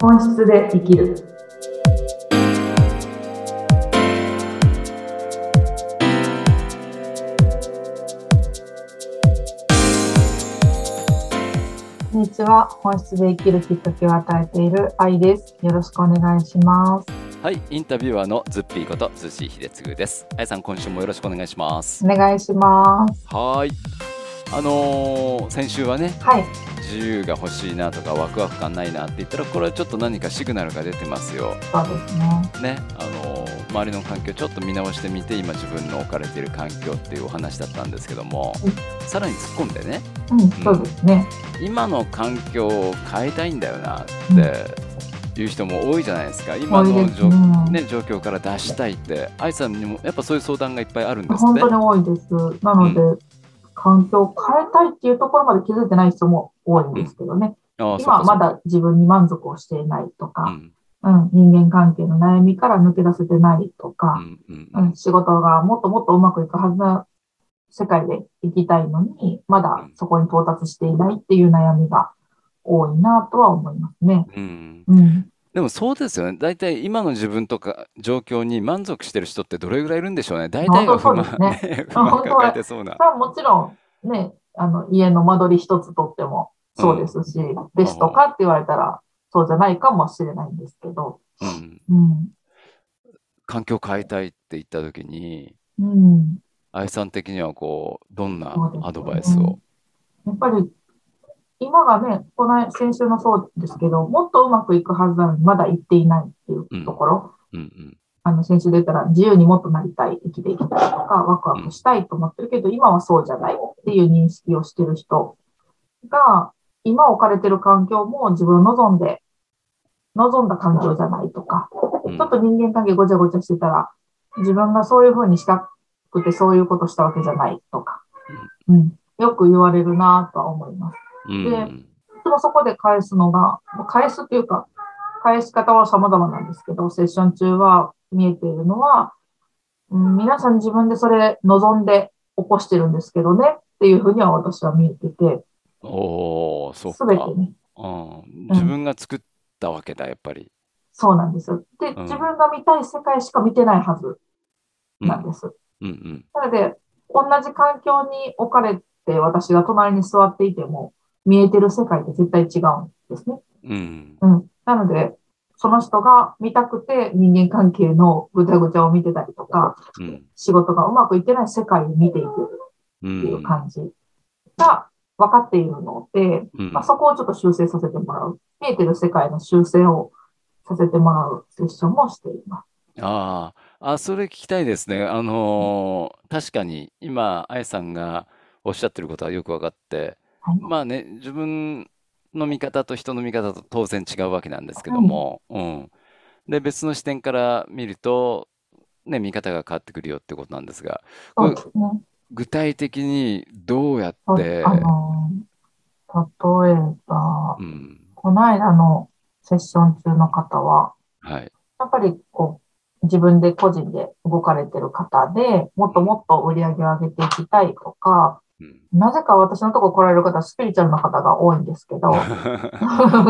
本質で生きる。こんにちは。本質で生きるきっかけを与えている愛です。よろしくお願いします。はい、インタビュアーのズッピーこと辻井秀次です。あやさん、今週もよろしくお願いします。お願いします。はーい。あのー先週はね、はい。自由が欲しいなとかワクワク感ないなって言ったら、これはちょっと何かシグナルが出てますよ。そうですね。ね、あのー周りの環境ちょっと見直してみて、今自分の置かれている環境っていうお話だったんですけども、さらに突っ込んでね、うん、そうですね。今の環境を変えたいんだよなっていう人も多いじゃないですか。今多いのです状ね。ね、状況から脱したいって、愛さんにもやっぱそういう相談がいっぱいあるんです本ね当。に多いです。なので、環境を変えたいっていうところまで気づいてない人も多いんですけどね。ああ今はま。そっかだ自分に満足をしていないとそっかうか、んうん、人間関係の悩みから抜け出せてないとうか、んうんうん仕事がもっともっとうまくいくはずな世界で生きたいのに、まだそこに到達していないっていう悩みが多いなとは思いますね。うんうん。でもそうですよね。大体今の自分とか状況に満足してる人ってどれぐらいいるんでしょうね。大体が不本当満そうで 不満抱えてそうな。まあもちろんね、あの、家の間取り一つとってもそうですし、ですとかって言われたらそうじゃないかもしれないんですけど、うんうん。環境変えたいって言った時に、うん。愛さん的にはこう、どんなそうですねアドバイスを。やっぱり、今がね、この先週もそうですけど、もっとうまくいくはずなのに、まだ行っていないっていうところ、うんあの、先週で言ったら、自由にもっとなりたい、生きていきたいとか、ワクワクしたいと思ってるけど、今はそうじゃないっていう認識をしてる人が、今置かれてる環境も自分を望んで、望んだ環境じゃないとか、うちんょっと人間関係ごちゃごちゃしてたら、自分がそういう風にしたくてそういうことしたわけじゃないとか、うん、よく言われるなとは思います。うん。でうんいつもそこで返すのが、返すというか、返し方は様々なんですけど、セッション中は見えているのは、うん、皆さん自分でそれ望んで起こしてるんですけどねっていうふうには私は見えてて、おー、そっすべてか。ね、うん自分が作ったわけだ、やっぱり。そうなんですよ。で、ん自分が見たい世界しか見てないはずうんなんです。うんうんなので、同じ環境に置かれて私が隣に座っていても、見えてる世界って絶対違うんですね。うんうん。なので、その人が見たくて人間関係のぐちゃぐちゃを見てたりとか、うん仕事がうまくいってない世界を見ていくうっていうん感じが分かっているので、うんまあ、そこをちょっと修正させてもらう。見えてる世界の修正をさせてもらうセッションもしています。ああ、あ、それ聞きたいですね。あのー確かに今、あやさんがおっしゃってることはよく分かって、はいまあね、自分の見方と人の見方と当然違うわけなんですけども、うん。で、別の視点から見ると、ね、見方が変わってくるよってことなんですが、そこれうですね。具体的にどうやっそうて、あのー、例えばう、ん、この間のセッション中の方は、はい、やっぱりこう、自分で個人で動かれてる方で、もっともっと売り上げを上げていきたいとか、うん。なぜか私のとこ来られる方はスピリチュアルの方が多いんです けど、不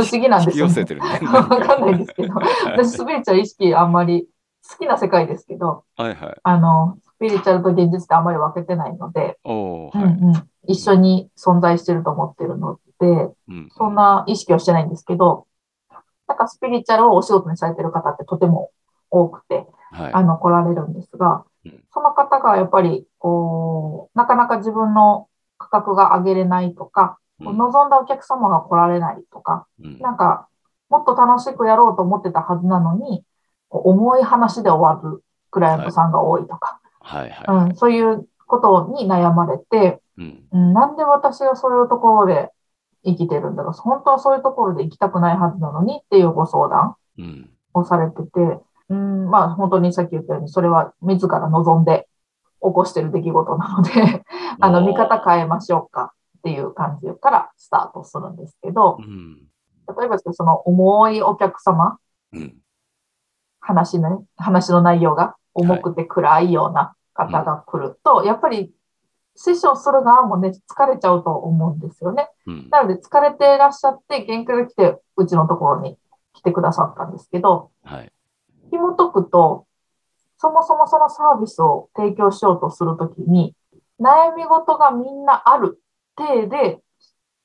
思議なん引できすよ寄せね。てるね。 わかんないですけど、はい私スピリチュアル意識あんまり好きな世界ですけど、はいはい。あの、スピリチュアルと現実ってあんまり分けてないので、おー、うんはい。うん、一緒に存在してると思ってるので、うん、そんな意識をしてないんですけど、なんかスピリチュアルをお仕事にされてる方ってとても多くて、はい。あの、来られるんですがうん、その方がやっぱり、こう、なかなか自分の価格が上げれないとか、うん望んだお客様が来られないとか、うんなんか、もっと楽しくやろうと思ってたはずなのに、こう重い話で終わるクライアントさんが多いとか、はいはい。うん、そういうことに悩まれて、うんうん、なんで私がそういうところで生きてるんだろう。本当はそういうところで行きたくないはずなのにっていうご相談うんをされてて、うん、まあ本当にさっき言ったように、それは自ら望んで起こしてる出来事なので、あの、おー見方変えましょうかっていう感じからスタートするんですけどう、ん例えばその重いお客様、うん話のね、話の内容が重くて暗いような方が来ると、やっぱりセッションする側もね、疲れちゃうと思うんですよね。うんなので疲れていらっしゃって、限界が来て、うちのところに来てくださったんですけど、はい。紐解くと、そもそもそのサービスを提供しようとするときに、悩み事がみんなある体で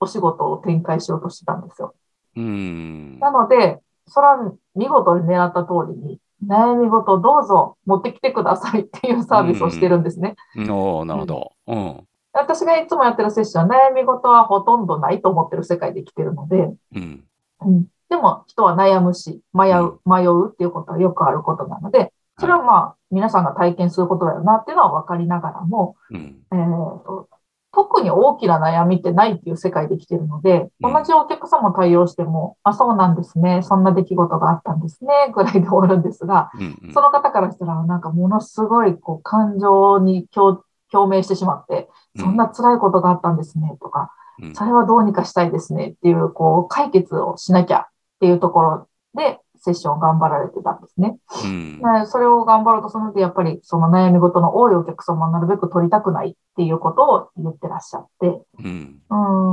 お仕事を展開しようとしてたんですよ。うーん。なので、それは見事に狙った通りに、悩み事をどうぞ持ってきてくださいっていうサービスをしてるんですね。おー、なるほど。うん。私がいつもやってるセッションは悩み事はほとんどないと思ってる世界で生きてるので、うん。うん、でも人は悩むし、迷う、迷うっていうことはよくあることなので、それはまあ、皆さんが体験することだよなっていうのは分かりながらも、うん。えーと特に大きな悩みってないっていう世界で来てるので、う同んじお客様を対応しても、あ、そうなんですね、そんな出来事があったんですね、ぐらいで終わるんですが、うん。うんその方からしたら、なんかものすごいこう感情に共共鳴してしまって、そんな辛いことがあったんですね、とか、うんそれはどうにかしたいですねっていう、こう、解決をしなきゃっていうところで、セッションを頑張られてたんですね。うん。でそれを頑張ろうとするので、やっぱりその悩み事の多いお客様をなるべく取りたくないっていうことを言ってらっしゃって、ううん。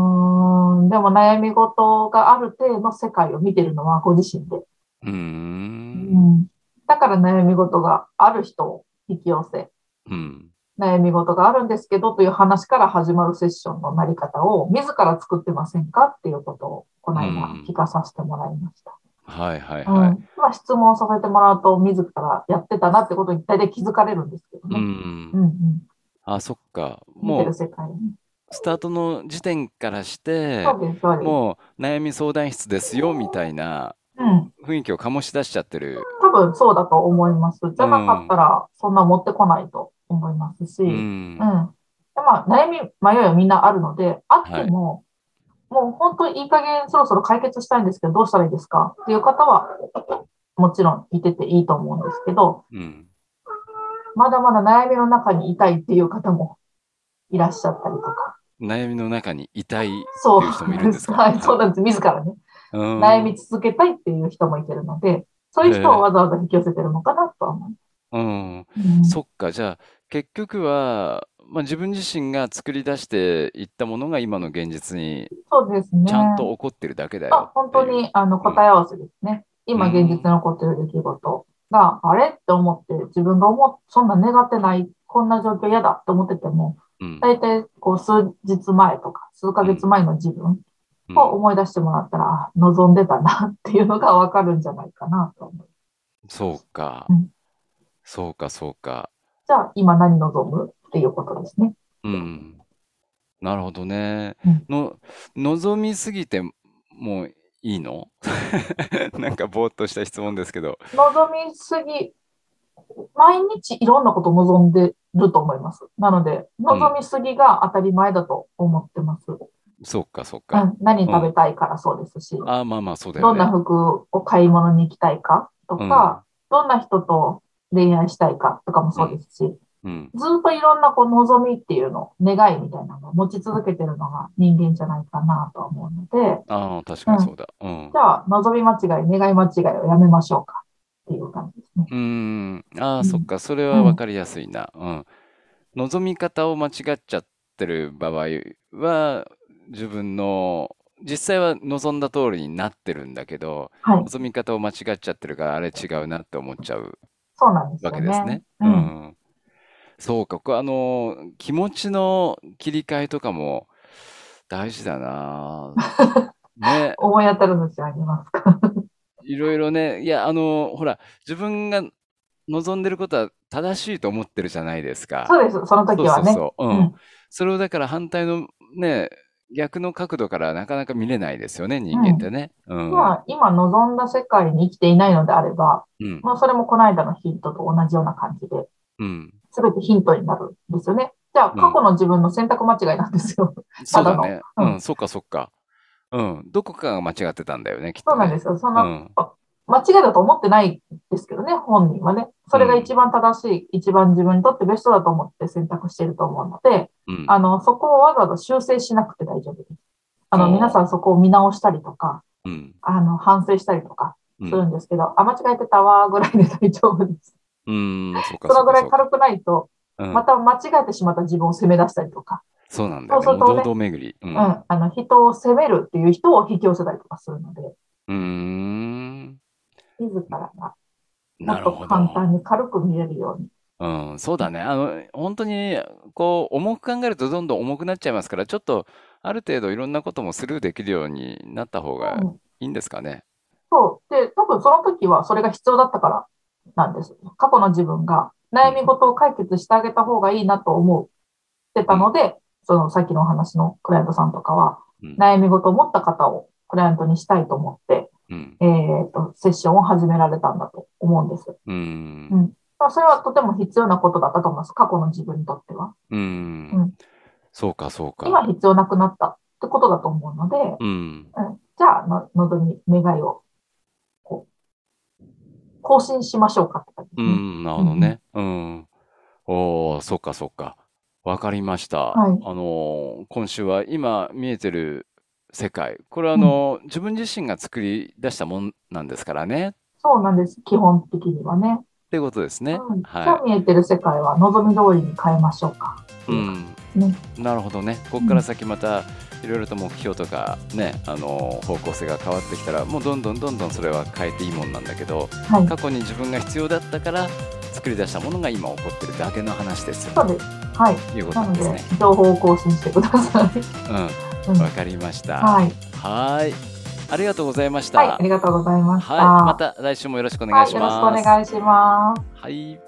ーん、でも悩み事がある程度世界を見てるのはご自身で、うー。うんん、だから悩み事がある人を引き寄せ、うん。悩み事があるんですけどという話から始まるセッションのなり方を自ら作ってませんかっていうことをこの間うん聞かさせてもらいました。はいはいうはんまあ、質問させてもらうと自らやってたなってことに大体気づかれるんですけどい。うね。う。んんうん、あ、そっか。見てもるう、世界に。スタートの時点からして、そうです、そうです。もう悩み相談室ですよみたいなうん、雰囲気を醸し出しちゃってる。多分そうだと思います。じゃなかったらそんな持ってこないと思いますし。ううんんで。まあ、悩み、迷いはみんなあるので、あっても、もう本当にいい加減そろそろ解決したいんですけど、どうしたらいいですかっていう方は、もちろんいてていいと思うんですけど、うん。まだまだ悩みの中にいたいっていう方もいらっしゃったりとか。悩みの中にいたい。そうっていう人もいるんですかはい、そうなんです。自らね、うん悩み続けたいっていう人もいてるので、そういう人をわざわざ引き寄せてるのかなとは思う。うん。うんそっか、じゃあ結局は、まあ、自分自身が作り出していったものが今の現実にそうですね。ちゃんと起こってるだけだあよ本っていう。当にあの答え合わせですね。今現実に起こっている出来事が、あれって思って、自分が思っそんな願ってない、こんな状況嫌だって思ってても、うん。大体こう数日前とか、数ヶ月前の自分うんを思い出してもらったら、あ望んでたなっていうのがわかるんじゃないかなと思う。そうかうん。そうか、そうか。じゃあ今何望むっていうことですね。うん。なるほどねうん。の、望みすぎてもういいの なんかぼーっとした質問ですけど。望みすぎ、毎日いろんなこと望んでると思います。なので、望みすぎが当たり前だと思ってます。そうか、そううか。ん、何食べたいからそうですし、ああ、まあまあ、そうだどよんねな。服を買い物に行きたいかとか、どんな人と恋愛したいかとかもそうですし、うん。うん。ずっといろんなこう望みっていうの、願いみたいなのを持ち続けてるのが人間じゃないかなとは思うので、ああ、確かにそうだ。うんじ。ゃあ望み間違い、願い間違いをやめましょうかっていう感じですね。うーん、あうあ、んそっか、それはわかりやすいな。うん。望み方を間違っちゃってる場合は、自分の、実際は望んだ通りになってるんだけど、はい、望み方を間違っちゃってるから、あれ違うなって思っちゃうそうなんですよわね。けですね。う、うんん。そうか、これあの、気持ちの切り替えとかも大事 だな。ね。思い当たるのじゃありますか。いろいろね、いや、あの、ほら、自分が望んでることは正しいと思ってるじゃないですか。そうです、その時はね。そうそうそう、ううんん。それをだから反対のね、逆の角度からなかなか見れないですよね、人間ってね。うん。まあ、今望んだ世界に生きていないのであれば、うん。まあ、それもこの間のヒントと同じような感じで、うん。すべてヒントになるんですよね。じゃあ、うん過去の自分の選択間違いなんです よ。そうだただのね。ううんん、そっかそっか。うん。どこかが間違ってたんだよね、きっそとうなんね。ですよ。そんうな、ん。間違いだと思ってないですけどね、本人はね。それが一番正しい、一番自分にとってベストだと思って選択していると思うので、うん。あの、そこをわざわざ修正しなくて大丈夫です。あおの、ー皆さんそこを見直したりとか、うん。あの、反省したりとかうすん。るんですけど、あ、間違えてたわーぐらいで大丈夫です。うん。 そっかそそのっぐからそい軽っか。くないと、うんまた間違えてしまった自分を責め出したりとか、そうなんだよね。そうするとねもう堂々巡り。うう。んん、あの、人を責めるっていう人を引き寄せたりとかするので、うーん。自らがもなっるとほ簡ど。単に軽く見れるように。うん、そうだね。あの、本当に、こう、重く考えるとどんどん重くなっちゃいますから、ちょっと、ある程度いろんなこともスルーできるようになった方がうん、いいんですかね。そう。で、多分その時はそれが必要だったからなんです。過去の自分が悩み事を解決してあげた方がいいなと思ってたので、そのさっきのお話のクライアントさんとかは、うん悩み事を持った方をクライアントにしたいと思って、うん。えっと、セッションを始められたんだと思うんです。ううんん。まあ、それはとても必要なことだったと思います。過去の自分にとっては。ううんん。そうか、そうか。今必要なくなったってことだと思うので、うん。じゃあ、の、のぞみ、願いを、こう、更新しましょうかって感じでうすね。ん、なるほどね。うん。おー、そっかそっか。わかりました。あはいのー今週は今見えてる世界。これはあうんのー自分自身が作り出したもんなんですからね。っそうなんです。基本的にはね。てことですね。うん、今は日見えてる世界は望み通りに変えましょうか。い。うん。ね。なるほどね。ここから先またいろいろと目標とかね、あのー方向性が変わってきたら、もうどんどんどんどんそれは変えていいもんなんだけど、はい。過去に自分が必要だったから作り出したものが今起こってるだけの話ですよそうです。はい。ということななのんでですね。、情報を更新してください。うん。うんわかりました。はい。はい。はーい。ありがとうございました。ありがとうございました。はいまた来週もよろしくお願いしはい。よろしくます。お願いします。はい。